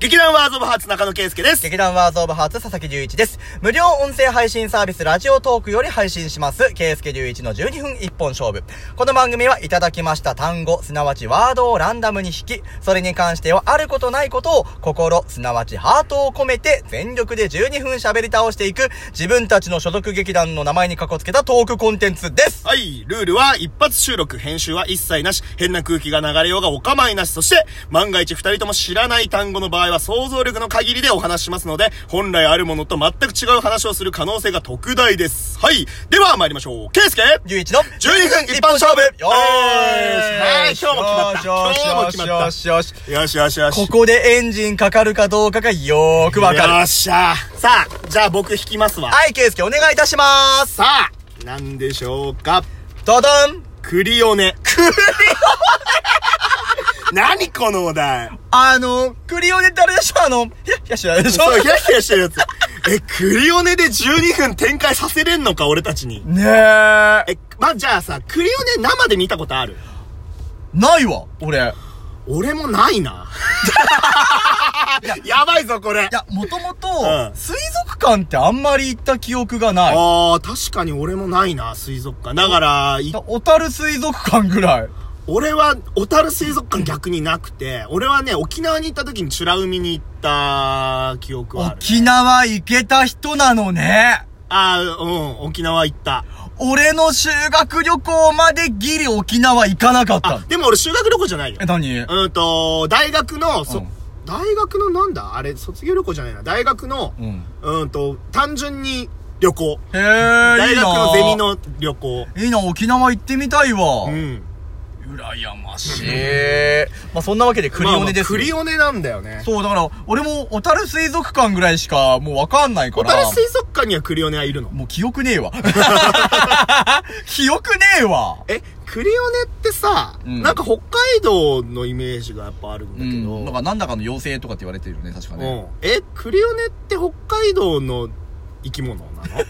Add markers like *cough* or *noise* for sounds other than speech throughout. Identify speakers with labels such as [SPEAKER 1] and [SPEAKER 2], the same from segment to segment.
[SPEAKER 1] 劇団ワーズオブハーツ中野圭介です。
[SPEAKER 2] 劇団ワーズオブハーツ佐々木隆一です。無料音声配信サービスラジオトークより配信します、ケイスケ隆一の12分一本勝負。この番組はいただきました単語、すなわちワードをランダムに引き、それに関してはあることないことを心、すなわちハートを込めて全力で12分喋り倒していく、自分たちの所属劇団の名前にかこつけたトークコンテンツです。
[SPEAKER 1] はい、ルールは一発収録、編集は一切なし、変な空気が流れようがお構いなし、そして、万が一二人とも知らない単語の場合は想像力の限りでお話ししますので、本来あるものと全く違う話をする可能性が特大です。はい、では参りましょう。圭介
[SPEAKER 2] 隆一の
[SPEAKER 1] 12分一本勝負よーしはい、今日も決まった。今日も
[SPEAKER 2] よしよし
[SPEAKER 1] 決ま
[SPEAKER 2] よ
[SPEAKER 1] っ
[SPEAKER 2] しよし。
[SPEAKER 1] た。よしよしよし。
[SPEAKER 2] ここでエンジンかかるかどうかがよーくわかる。
[SPEAKER 1] よっしゃさあ、じゃあ僕引きますわ。
[SPEAKER 2] はい、ケイスケお願いいたします。
[SPEAKER 1] さあ、何でしょうか
[SPEAKER 2] ドドン
[SPEAKER 1] クリオネ。クリオネ *laughs* 何このお題
[SPEAKER 2] あの、クリオネってあれでしょあの、ヒヤヒヤしてるでしょ
[SPEAKER 1] そう、ヒヤヒヤしてるやつ。え、クリオネで12分展開させれんのか、俺たちに。
[SPEAKER 2] ねえ。
[SPEAKER 1] え、まあ、じゃあさ、クリオネ生で見たことある
[SPEAKER 2] ないわ、俺。い
[SPEAKER 1] 俺もないな。 *laughs* やばいぞ、これ。
[SPEAKER 2] や、もともと
[SPEAKER 1] う、ん
[SPEAKER 2] 水族館ってあんまり行った記憶がない。
[SPEAKER 1] ああ、確かに俺もないな、水族館。だから、い
[SPEAKER 2] 小樽水族館ぐらい。
[SPEAKER 1] 俺は、小樽水族館逆になくて、俺はね、沖縄に行った時に美ら海に行った記憶はある。
[SPEAKER 2] 沖縄行けた人なのね。
[SPEAKER 1] ああ、うん、沖縄行った。
[SPEAKER 2] 俺の修学旅行までギリ沖縄行かなかった
[SPEAKER 1] あ
[SPEAKER 2] の、。
[SPEAKER 1] でも俺修学旅行じゃないよ
[SPEAKER 2] え、。
[SPEAKER 1] *laughs*
[SPEAKER 2] 何
[SPEAKER 1] うんと、大学の、そ、
[SPEAKER 2] うん
[SPEAKER 1] 大学のなんだあれ、卒業旅行じゃないな。大学の、
[SPEAKER 2] うん。
[SPEAKER 1] うんと、単純に旅行。
[SPEAKER 2] へえ、いいな
[SPEAKER 1] 大学のゼミ。の旅行。
[SPEAKER 2] いいな、沖縄行ってみたいわ。
[SPEAKER 1] うん。
[SPEAKER 2] 羨ましい。まあそんなわけでクリオネ
[SPEAKER 1] まあま
[SPEAKER 2] ですよ。
[SPEAKER 1] あクリオネなんだよね。
[SPEAKER 2] そう、だから、俺も小樽水族館ぐらいしかもうわかんないか
[SPEAKER 1] 小
[SPEAKER 2] ら。
[SPEAKER 1] 樽水族館にはクリオネはいるの
[SPEAKER 2] もう記憶ねえ
[SPEAKER 1] *laughs*
[SPEAKER 2] わ。記憶ねえわ。
[SPEAKER 1] え、クリオネってさ、
[SPEAKER 2] うん
[SPEAKER 1] なんか北海道のイメージがやっぱあるん
[SPEAKER 2] う
[SPEAKER 1] だけど。
[SPEAKER 2] ん。なんかなんだかの妖精とかって言われてるよね、確か
[SPEAKER 1] う
[SPEAKER 2] ね。
[SPEAKER 1] ん。え、クリオネって北海道の生き物
[SPEAKER 2] *laughs*
[SPEAKER 1] なの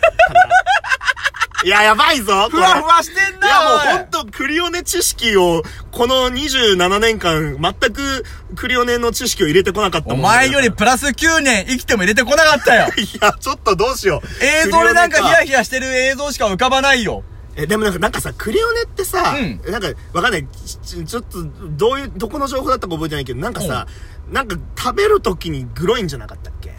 [SPEAKER 1] いや、やばいぞこ
[SPEAKER 2] ふ
[SPEAKER 1] れ
[SPEAKER 2] わふわしてん
[SPEAKER 1] い
[SPEAKER 2] な
[SPEAKER 1] やもう
[SPEAKER 2] おい
[SPEAKER 1] ほんとクリオネ知識を、この27年間、全くクリオネの知識を入れてこなかったも
[SPEAKER 2] お
[SPEAKER 1] んだから。
[SPEAKER 2] 前よりプラス9年生きても入れてこなかったよ
[SPEAKER 1] *laughs* いや、ちょっとどうしよう。
[SPEAKER 2] 映像でなんかヒヤ
[SPEAKER 1] ヒ
[SPEAKER 2] ヒヤしてる映像しか浮かばないよ。
[SPEAKER 1] え、でもなんか、なんかさ、クリオネってさ、
[SPEAKER 2] う
[SPEAKER 1] なんか、わかんない。ちちょっと、どういう、どこの情報だったか覚えてないけど、なんかさ、なんか食べるときにグロいんじゃなかったっけ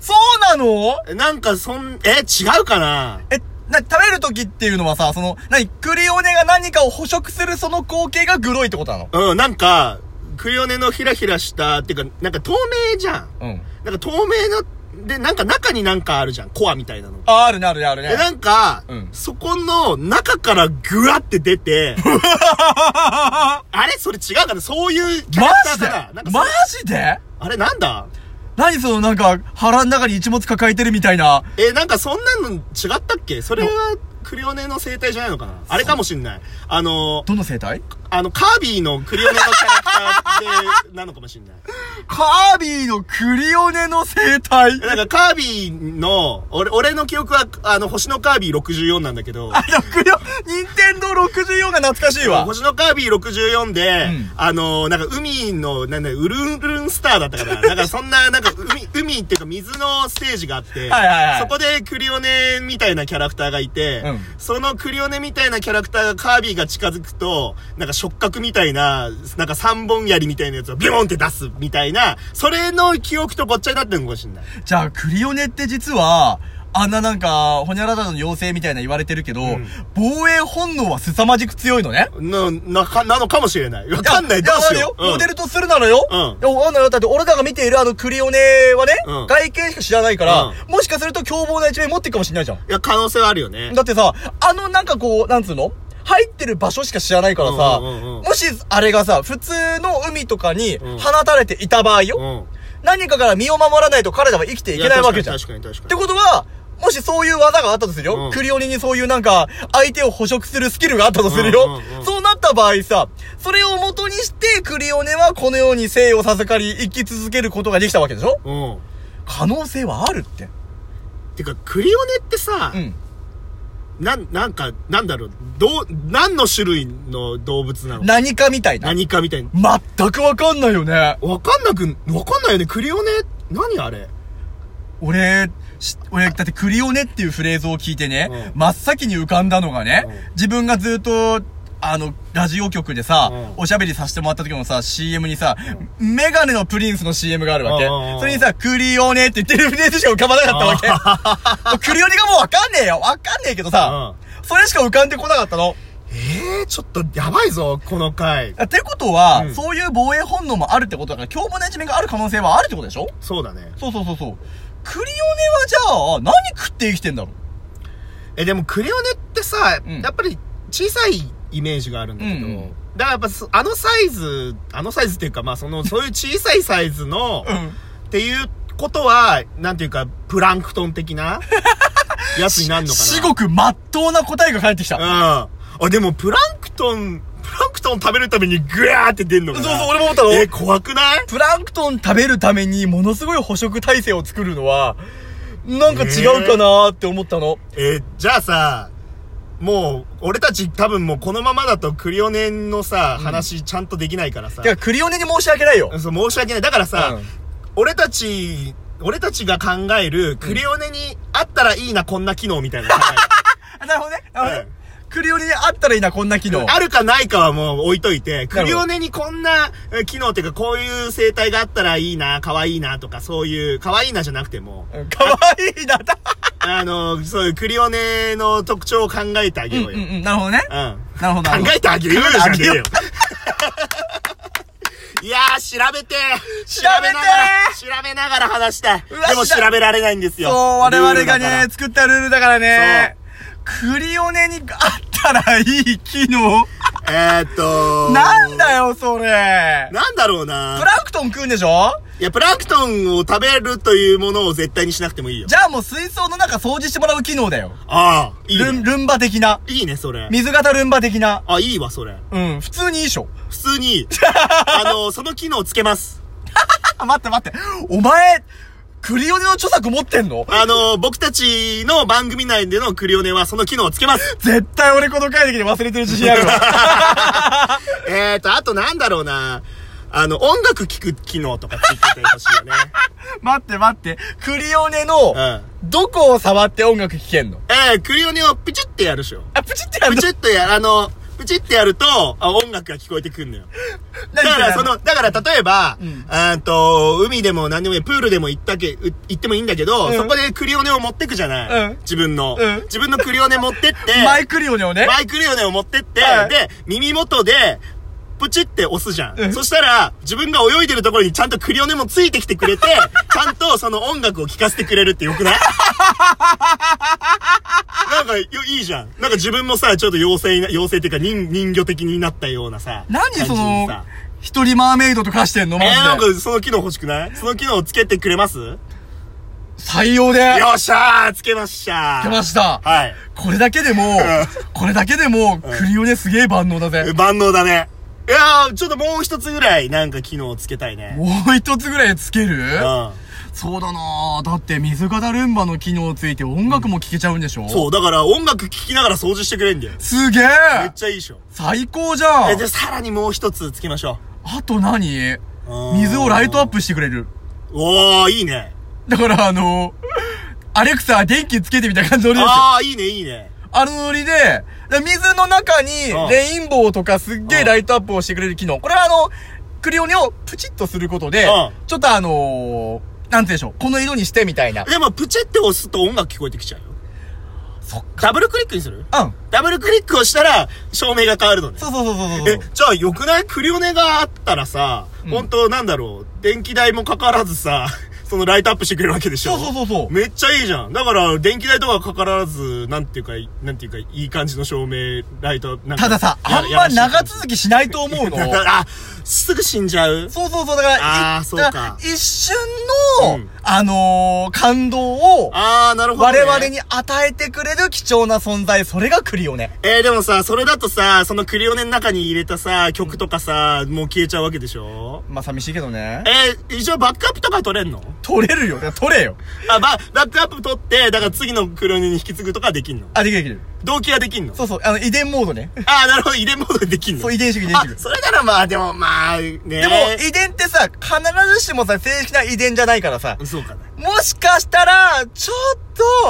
[SPEAKER 2] そうなの
[SPEAKER 1] なんかそん、え、違うかな
[SPEAKER 2] え、な、食べる時っていうのはさ、その、なに、クリオネが何かを捕食するその光景がグロいってことなの
[SPEAKER 1] うん、なんか、クリオネのひらひらした、っていうか、なんか透明じゃん。
[SPEAKER 2] うん。
[SPEAKER 1] なんか透明の、で、なんか中になんかあるじゃん。コアみたいなの。
[SPEAKER 2] あ、あるね、あるね、あるね。
[SPEAKER 1] え、なんか、
[SPEAKER 2] うん
[SPEAKER 1] そこの中からグワって出て、
[SPEAKER 2] *laughs*
[SPEAKER 1] あれそれ違うかなそういうキャラ
[SPEAKER 2] マ
[SPEAKER 1] クター
[SPEAKER 2] ジで
[SPEAKER 1] かななんかそ
[SPEAKER 2] マジで
[SPEAKER 1] あれなんだ
[SPEAKER 2] 何そのなんか腹の中に一物抱えてるみたいな。
[SPEAKER 1] え、なんかそんなの違ったっけそれはクリオネの生態じゃないのかなあれかもしんない。あの、
[SPEAKER 2] どの生態
[SPEAKER 1] あの、カービィのクリオネのキャラクターで、なのかもしんない。
[SPEAKER 2] カービィのクリオネの生態
[SPEAKER 1] えなんかカービィの、俺、俺の記憶は、あの、星のカービィ64なんだけど、
[SPEAKER 2] あの、クリオ、ニンテンドー64が懐かしいわ。
[SPEAKER 1] 星のカービィ64で、
[SPEAKER 2] うん
[SPEAKER 1] あのー、なんか海の、なんだ、ウルンルンスターだったか
[SPEAKER 2] *laughs*
[SPEAKER 1] な。なんかそんな、なんか海、海っていうか水のステージがあって、
[SPEAKER 2] はいはいはい
[SPEAKER 1] そこでクリオネみたいなキャラクターがいて、
[SPEAKER 2] うん
[SPEAKER 1] そのクリオネみたいなキャラクターがカービィが近づくと、なんか触覚みたいな、なんか三本槍みたいなやつをビョンって出すみたいな、それの記憶とごっちゃになってるのかもしれない。
[SPEAKER 2] じゃあ、クリオネって実は、あんななんか、ほにゃららの妖精みたいな言われてるけど、
[SPEAKER 1] ん
[SPEAKER 2] 防衛本能は凄まじく強いのね。
[SPEAKER 1] の、なか、なのかもしれない。わかんない。ど
[SPEAKER 2] や
[SPEAKER 1] うし
[SPEAKER 2] や
[SPEAKER 1] よ
[SPEAKER 2] わか
[SPEAKER 1] う。う
[SPEAKER 2] るよ
[SPEAKER 1] ん
[SPEAKER 2] モデルとするならよ。
[SPEAKER 1] うん
[SPEAKER 2] いやわかんないよ。だって俺らが見ているあのクリオネはね、
[SPEAKER 1] うん
[SPEAKER 2] 外見しか知らないから、
[SPEAKER 1] う
[SPEAKER 2] もしかすると凶暴な一面持ってるかもしれないじゃん。
[SPEAKER 1] いや、可能性はあるよね。
[SPEAKER 2] だってさ、あのなんかこう、なんつうの入ってる場所しか知らないから
[SPEAKER 1] う
[SPEAKER 2] さ、
[SPEAKER 1] んうんうんうん
[SPEAKER 2] もしあれがさ、普通の海とかに
[SPEAKER 1] うん
[SPEAKER 2] 放たれていた場合よ、
[SPEAKER 1] うん。
[SPEAKER 2] 何かから身を守らないと彼らは生きていけないわけじゃん。っ
[SPEAKER 1] 確かに確かに確かに。
[SPEAKER 2] てことは、もしそういう技があったとするよ、
[SPEAKER 1] うん
[SPEAKER 2] クリオニにそういうなんか、相手を捕食するスキルがあったとするよ、
[SPEAKER 1] うんうんうん
[SPEAKER 2] そうなった場合さ、それを元にしてクリオネはこのように生を授かり生き続けることができたわけでしょ
[SPEAKER 1] うん。
[SPEAKER 2] 可能性はあるって。
[SPEAKER 1] てか、クリオネってさ、
[SPEAKER 2] うん。
[SPEAKER 1] なん、なんか、なんだろう、どう、何の種類の動物なの
[SPEAKER 2] 何かみたいな。
[SPEAKER 1] 何かみたいな。
[SPEAKER 2] 全くわかんないよね。
[SPEAKER 1] わかんなく、わかんないよね。クリオネ、何あれ
[SPEAKER 2] 俺、し俺、だってクリオネっていうフレーズを聞いてね、
[SPEAKER 1] う
[SPEAKER 2] 真っ先に浮かんだのがね、
[SPEAKER 1] うん
[SPEAKER 2] 自分がずっと、あの、ラジオ局でさ、
[SPEAKER 1] うん
[SPEAKER 2] おしゃべりさせてもらった時のさ、CM にさ、メガネのプリンスの CM があるわけ
[SPEAKER 1] うんうんう。ん
[SPEAKER 2] それにさ、クリオネって言ってるフレーズしか浮かばなかったわ
[SPEAKER 1] *laughs*
[SPEAKER 2] け。もうクリオネがもうわかんねえよ。わかんねえけどさ、それしか浮かんでこなかったの。
[SPEAKER 1] ええー、ちょっとやばいぞ、この回。
[SPEAKER 2] ってことは、
[SPEAKER 1] うん
[SPEAKER 2] そういう防衛本能もあるってことだから、凶暴な一面がある可能性はあるってことでしょ
[SPEAKER 1] そうだね。
[SPEAKER 2] そうそうそうそう。クリオネはじゃあ、何食って生きてんだろ
[SPEAKER 1] え、でもクレオネってさ、
[SPEAKER 2] うん
[SPEAKER 1] やっぱり小さいイメージがあるんだけど、
[SPEAKER 2] うんうん
[SPEAKER 1] だからやっぱそあのサイズ、あのサイズっていうか、まあその、そういう小さいサイズの、
[SPEAKER 2] う。うん。
[SPEAKER 1] っていうことは、なんていうか、プランクトン的なやつになるの *laughs* かな。
[SPEAKER 2] 至極真っ当な答えが返ってき
[SPEAKER 1] うん。
[SPEAKER 2] た。
[SPEAKER 1] あ、でもプランクトン、プランクトン食べるためにグワーって出んのか
[SPEAKER 2] そう
[SPEAKER 1] な。
[SPEAKER 2] そう、俺も思ったの。
[SPEAKER 1] え、怖くない
[SPEAKER 2] プランクトン食べるためにものすごい捕食体制を作るのは、なんか違うかなーって思ったの。
[SPEAKER 1] えーじゃあさ、もう、俺たち多分もうこのままだとクリオネのさ、話ちゃんとできないからさ。
[SPEAKER 2] いや、クリオネに申し訳ないよ。
[SPEAKER 1] そう、申し訳ない。だからさ、
[SPEAKER 2] うん
[SPEAKER 1] 俺たち、俺たちが考える、クリオネにあったらいいな、こんな機能みたいなの考
[SPEAKER 2] あなるほどね。なるほどね
[SPEAKER 1] うん
[SPEAKER 2] クリオネにあったらいいな、こんな機
[SPEAKER 1] える。
[SPEAKER 2] 能。
[SPEAKER 1] あるかないかはもう置いといて、
[SPEAKER 2] ほど
[SPEAKER 1] クリオネにこんなえ機能っていうか、こういう生態があったらいいな、可愛いなとか、そういう、可愛いなじゃなくても、
[SPEAKER 2] うんかわいいな。
[SPEAKER 1] あの、そういうクリオネの特徴を考えてあげ
[SPEAKER 2] うん
[SPEAKER 1] よ
[SPEAKER 2] う
[SPEAKER 1] うんよ。うん。
[SPEAKER 2] うん。なるほどね。なるほど。なるほ
[SPEAKER 1] 考
[SPEAKER 2] ど
[SPEAKER 1] えてあげようよじゃねえよ
[SPEAKER 2] 考。
[SPEAKER 1] *laughs* いやー、調べて
[SPEAKER 2] 調
[SPEAKER 1] 調べ
[SPEAKER 2] べて
[SPEAKER 1] ながら、調べながら話したい。
[SPEAKER 2] うわ
[SPEAKER 1] でも
[SPEAKER 2] 調
[SPEAKER 1] 調
[SPEAKER 2] べ
[SPEAKER 1] べられないんですよ。
[SPEAKER 2] そう、我々
[SPEAKER 1] ルール
[SPEAKER 2] が
[SPEAKER 1] だから
[SPEAKER 2] ね、作ったルールだからね。クリオネにあったらいい機能
[SPEAKER 1] えーっと
[SPEAKER 2] なんだよ、それ。
[SPEAKER 1] なんだろう
[SPEAKER 2] プ
[SPEAKER 1] な
[SPEAKER 2] ランクトン食うんでしょ
[SPEAKER 1] いや、プランクトンを食べるというものを絶対にしなくてもいいよ。
[SPEAKER 2] じゃあもう水槽の中掃除してもらう機能だよ。
[SPEAKER 1] ああ、いい
[SPEAKER 2] ルン
[SPEAKER 1] ね。
[SPEAKER 2] ルンバ的な。
[SPEAKER 1] いいね、それ。
[SPEAKER 2] 水型ルンバ的な。
[SPEAKER 1] あ、いいわ、それ。
[SPEAKER 2] うん、普通にいいでしょ。
[SPEAKER 1] 普通にい
[SPEAKER 2] *laughs*
[SPEAKER 1] い、あの、その機能つけます。
[SPEAKER 2] あ、待って待って。お前、クリオネの著作持ってんの
[SPEAKER 1] あの、僕たちの番組内でのクリオネはその機能をつけます。
[SPEAKER 2] 絶対俺この回だけで忘れてる自信あるわ。
[SPEAKER 1] *laughs* えーっと、あとなんだろうなあの、音楽聴く機能とかついててほしい *laughs* よね。
[SPEAKER 2] 待って待って。クリオネの
[SPEAKER 1] う、ん。
[SPEAKER 2] どこを触って音楽聴けんの
[SPEAKER 1] えー、クリオネをプチってやるでしょ。
[SPEAKER 2] あ、プチってや
[SPEAKER 1] プ
[SPEAKER 2] るの
[SPEAKER 1] チって *laughs* や、あの、プチってやると、あ音楽が聞こえてくん *laughs* のよ。だ
[SPEAKER 2] 何
[SPEAKER 1] から、
[SPEAKER 2] そ
[SPEAKER 1] そ
[SPEAKER 2] れ
[SPEAKER 1] の、だから、例えば、
[SPEAKER 2] ん
[SPEAKER 1] あーっと、海でも何でもいい、プールでも行ったけ、う行ってもいいんだけど、
[SPEAKER 2] うん
[SPEAKER 1] そこでクリオネを持ってくじゃない、
[SPEAKER 2] うん
[SPEAKER 1] 自分の、
[SPEAKER 2] うん
[SPEAKER 1] 自分のクリオネ持 *laughs* ってって、
[SPEAKER 2] マイクリオネをね。
[SPEAKER 1] マイクリオネを持ってって、
[SPEAKER 2] はい
[SPEAKER 1] で、耳元で、プチって押すじゃん。
[SPEAKER 2] うん
[SPEAKER 1] そしたら、自分が泳いでるところにちゃんとクリオネもついてきてくれ
[SPEAKER 2] *laughs*
[SPEAKER 1] て、ちゃんとその音楽を聴かせてくれるってよくないなんかよ、いいじゃん。なんか自分もさ、ちょっと妖精な、妖精っていうか人、人魚的になったようなさ。
[SPEAKER 2] 何そ
[SPEAKER 1] 感じに
[SPEAKER 2] の
[SPEAKER 1] さ、
[SPEAKER 2] 一人マーメイドと化してんのマ
[SPEAKER 1] えー、なん
[SPEAKER 2] ジで。
[SPEAKER 1] かその機能欲しくないその機能つけてくれますよ
[SPEAKER 2] 採用で、や
[SPEAKER 1] っしゃーつけました
[SPEAKER 2] ってました。
[SPEAKER 1] はい。
[SPEAKER 2] これだけでも、これだけでも、クリオネすげえ万能だぜ。
[SPEAKER 1] 万能だね。いやー、ちょっともう一つぐらいなんか機能つけたいね。
[SPEAKER 2] もう一つぐらいつける
[SPEAKER 1] うん。
[SPEAKER 2] そうだなぁ。だって水型ルンバの機能ついて音楽も聴けちゃうんでしょう。
[SPEAKER 1] そう、だから音楽聴きながら掃除してくれんだよ。
[SPEAKER 2] すげえ
[SPEAKER 1] めっちゃいいでしょ。
[SPEAKER 2] 最高じゃ
[SPEAKER 1] え、
[SPEAKER 2] ん
[SPEAKER 1] じゃあさらにもう一つつけましょ
[SPEAKER 2] あと何
[SPEAKER 1] う。うん
[SPEAKER 2] 水をライトアッ。プしてくれる。
[SPEAKER 1] おー、いいね。
[SPEAKER 2] だからあの *laughs* アレクサ電気つけてみたいな感じのノリですよ。
[SPEAKER 1] あー、いいね、いいね。
[SPEAKER 2] あのノリで、だから水の中に
[SPEAKER 1] うん
[SPEAKER 2] レインボーとかすっげえライトアップをしてくれる機能。これはあの、クリオネをプチッとすることで、
[SPEAKER 1] うん
[SPEAKER 2] ちょっとあのー、なんて言うんでしょう、この色にしてみたいな。
[SPEAKER 1] でも、プチって押すと音楽聞こえてきちゃうよ。
[SPEAKER 2] そっ
[SPEAKER 1] ダブルクリックにする
[SPEAKER 2] か。うん。
[SPEAKER 1] ダブルクリックをしたら、照明が変わるのね。
[SPEAKER 2] そうそうそうそうそう。
[SPEAKER 1] え、じゃあよくないクリオネがあったらさ、
[SPEAKER 2] うん
[SPEAKER 1] 本当なんだろう、電気代もかからずさ、そのライトアップしてくれるわけでしょ
[SPEAKER 2] そうそうそうそう。
[SPEAKER 1] めっちゃいいじゃん。だから、電気代とかかからず、なんていうか、なんていうか、いい感じの照明、ライト、なんか
[SPEAKER 2] たださ、あ
[SPEAKER 1] や
[SPEAKER 2] んま
[SPEAKER 1] やら
[SPEAKER 2] 長
[SPEAKER 1] しい
[SPEAKER 2] 続きしないと思
[SPEAKER 1] *laughs*
[SPEAKER 2] うの。
[SPEAKER 1] あ、すぐ死んじゃう
[SPEAKER 2] そうそうそう、だから、
[SPEAKER 1] あー
[SPEAKER 2] い
[SPEAKER 1] そうか
[SPEAKER 2] だら一瞬の、
[SPEAKER 1] うん
[SPEAKER 2] あのー、感動を、
[SPEAKER 1] あー、なるほど、
[SPEAKER 2] 我
[SPEAKER 1] ね。
[SPEAKER 2] 々。に与えてくれる貴重な存在、それがクリオネ。
[SPEAKER 1] えー、でもさ、それだとさ、そのクリオネの中に入れたさ、曲とかさ、もう消えちゃうわけでしょ
[SPEAKER 2] まあ、寂しいけどね。
[SPEAKER 1] えー、一応バックアップとか取れんの
[SPEAKER 2] 取れるよ。取れよ。
[SPEAKER 1] あ、ば、バックアップ取って、だから次のクリオネに引き継ぐとかできんの
[SPEAKER 2] あ、できるできる。
[SPEAKER 1] 動機はできんの
[SPEAKER 2] そうそう、あの、遺伝モードね。
[SPEAKER 1] ああ、なるほど。遺伝モードでできんの
[SPEAKER 2] そう、遺伝主義、遺伝
[SPEAKER 1] あ
[SPEAKER 2] 主、義。
[SPEAKER 1] それならまあ、でもまあ、ね。
[SPEAKER 2] でも、遺伝ってさ、必ずしもさ、正式な遺伝じゃないからさ、
[SPEAKER 1] そうかな。
[SPEAKER 2] もしかしたら、ちょ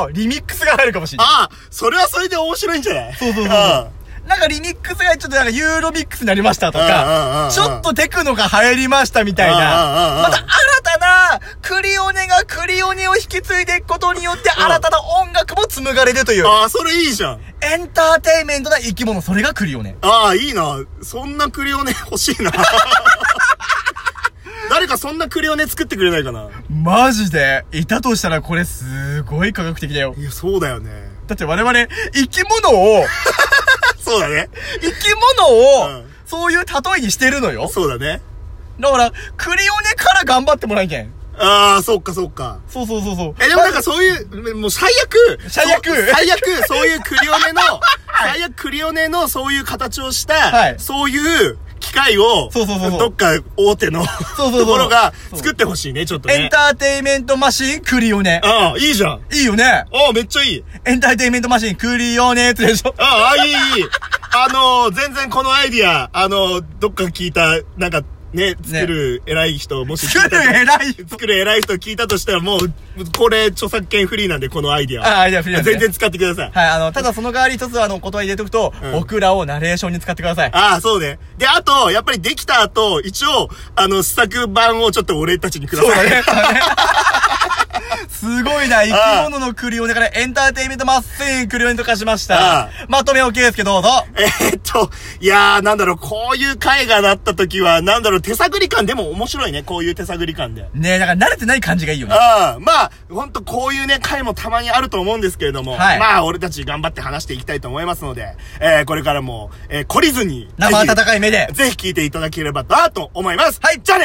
[SPEAKER 2] っと、リミックスが入るかもしれない。
[SPEAKER 1] *laughs* ああ、それはそれで面白いんじゃないそうそう
[SPEAKER 2] そう
[SPEAKER 1] あ
[SPEAKER 2] なんかリミックスがちょっとなんかユーロミックスになりましたと
[SPEAKER 1] うんうんうんう
[SPEAKER 2] か
[SPEAKER 1] ん、
[SPEAKER 2] ちょっとテクノが流行りましたみたい
[SPEAKER 1] うんうんうんう
[SPEAKER 2] な、
[SPEAKER 1] ん
[SPEAKER 2] また新たなクリオネがクリオネを引き継いでいくことによって新たな音楽も紡がれるという、
[SPEAKER 1] ああ、それいいじゃん。
[SPEAKER 2] エンターテインメントな生き物、それがクリオネ。
[SPEAKER 1] ああ、いいな。そんなクリオネ *laughs* 欲しいな。誰かそんなクリオネ作ってくれないかな。
[SPEAKER 2] マジで、いたとしたらこれすごい科学的だよ。
[SPEAKER 1] いや、そうだよね。
[SPEAKER 2] だって我々、生き物を、
[SPEAKER 1] *laughs* そうだね。
[SPEAKER 2] 生き物を、
[SPEAKER 1] うん
[SPEAKER 2] そういう例えにしてるのよ。
[SPEAKER 1] そうだね。
[SPEAKER 2] だから、クリオネから頑張ってもらいけん。
[SPEAKER 1] ああ、そっかそっか。
[SPEAKER 2] そうそうそうそう。
[SPEAKER 1] え、でもなんかそういう、もう最悪
[SPEAKER 2] 最悪
[SPEAKER 1] そう最悪そういうクリオネ
[SPEAKER 2] *laughs*
[SPEAKER 1] の、最悪クリオネのそういう形をした、
[SPEAKER 2] はい
[SPEAKER 1] そういう機械を、
[SPEAKER 2] そうそうそうそう
[SPEAKER 1] どっか大手の
[SPEAKER 2] そうそう
[SPEAKER 1] ところが作ってほしいね、ちょっと
[SPEAKER 2] エン
[SPEAKER 1] ね。
[SPEAKER 2] ターテイメントマシンクリオネ。
[SPEAKER 1] ああ、いいじゃん。
[SPEAKER 2] いいよね。
[SPEAKER 1] ああ、めっちゃいい。
[SPEAKER 2] エンターテイメントマシンクリオネってでしょ。
[SPEAKER 1] ああ、いい、いい。あのー、全然このアイディア、あのー、どっか聞いた、なんか、ね、作る偉い人、もし聞い
[SPEAKER 2] 作
[SPEAKER 1] た
[SPEAKER 2] る *laughs* 偉い。
[SPEAKER 1] 作る偉い人聞いたとしたらもう、これ著作権フリーなんで、このアイディア。
[SPEAKER 2] ああ、いや、フリーランスね
[SPEAKER 1] 全然使ってください。
[SPEAKER 2] はい、あの、ただその代わり一つあの、言葉入れとくと、
[SPEAKER 1] うん
[SPEAKER 2] 僕らをナレーションに使ってください。
[SPEAKER 1] ああ、そうね。で、あと、やっぱりできた後、一応、あの、試作版をちょっと俺たちにくだ
[SPEAKER 2] そう
[SPEAKER 1] さ
[SPEAKER 2] だ
[SPEAKER 1] い。
[SPEAKER 2] ね。そうだね *laughs* すごいな、生き物のクリオネからエンターテイメントマシンクリオネと化しまし
[SPEAKER 1] あ
[SPEAKER 2] た。まとめ OK ですけど、どうぞ。
[SPEAKER 1] *laughs* えーっと、いやー、なんだろう、こういう回がなった時は、なんだろう、手探り感でも面白いね、こういう手探り感で。
[SPEAKER 2] ねえ、だから慣れてない感じがいいよね。
[SPEAKER 1] ああ、まあ、ほんとこういうね、回もたまにあると思うんですけれども、
[SPEAKER 2] はい
[SPEAKER 1] まあ、俺たち頑張って話していきたいと思いますので、えー、これからも、えー、懲りずに、
[SPEAKER 2] 生
[SPEAKER 1] ぜひ
[SPEAKER 2] 温かい目で。
[SPEAKER 1] ぜひ聞いていただければなと思います。はい、じゃあね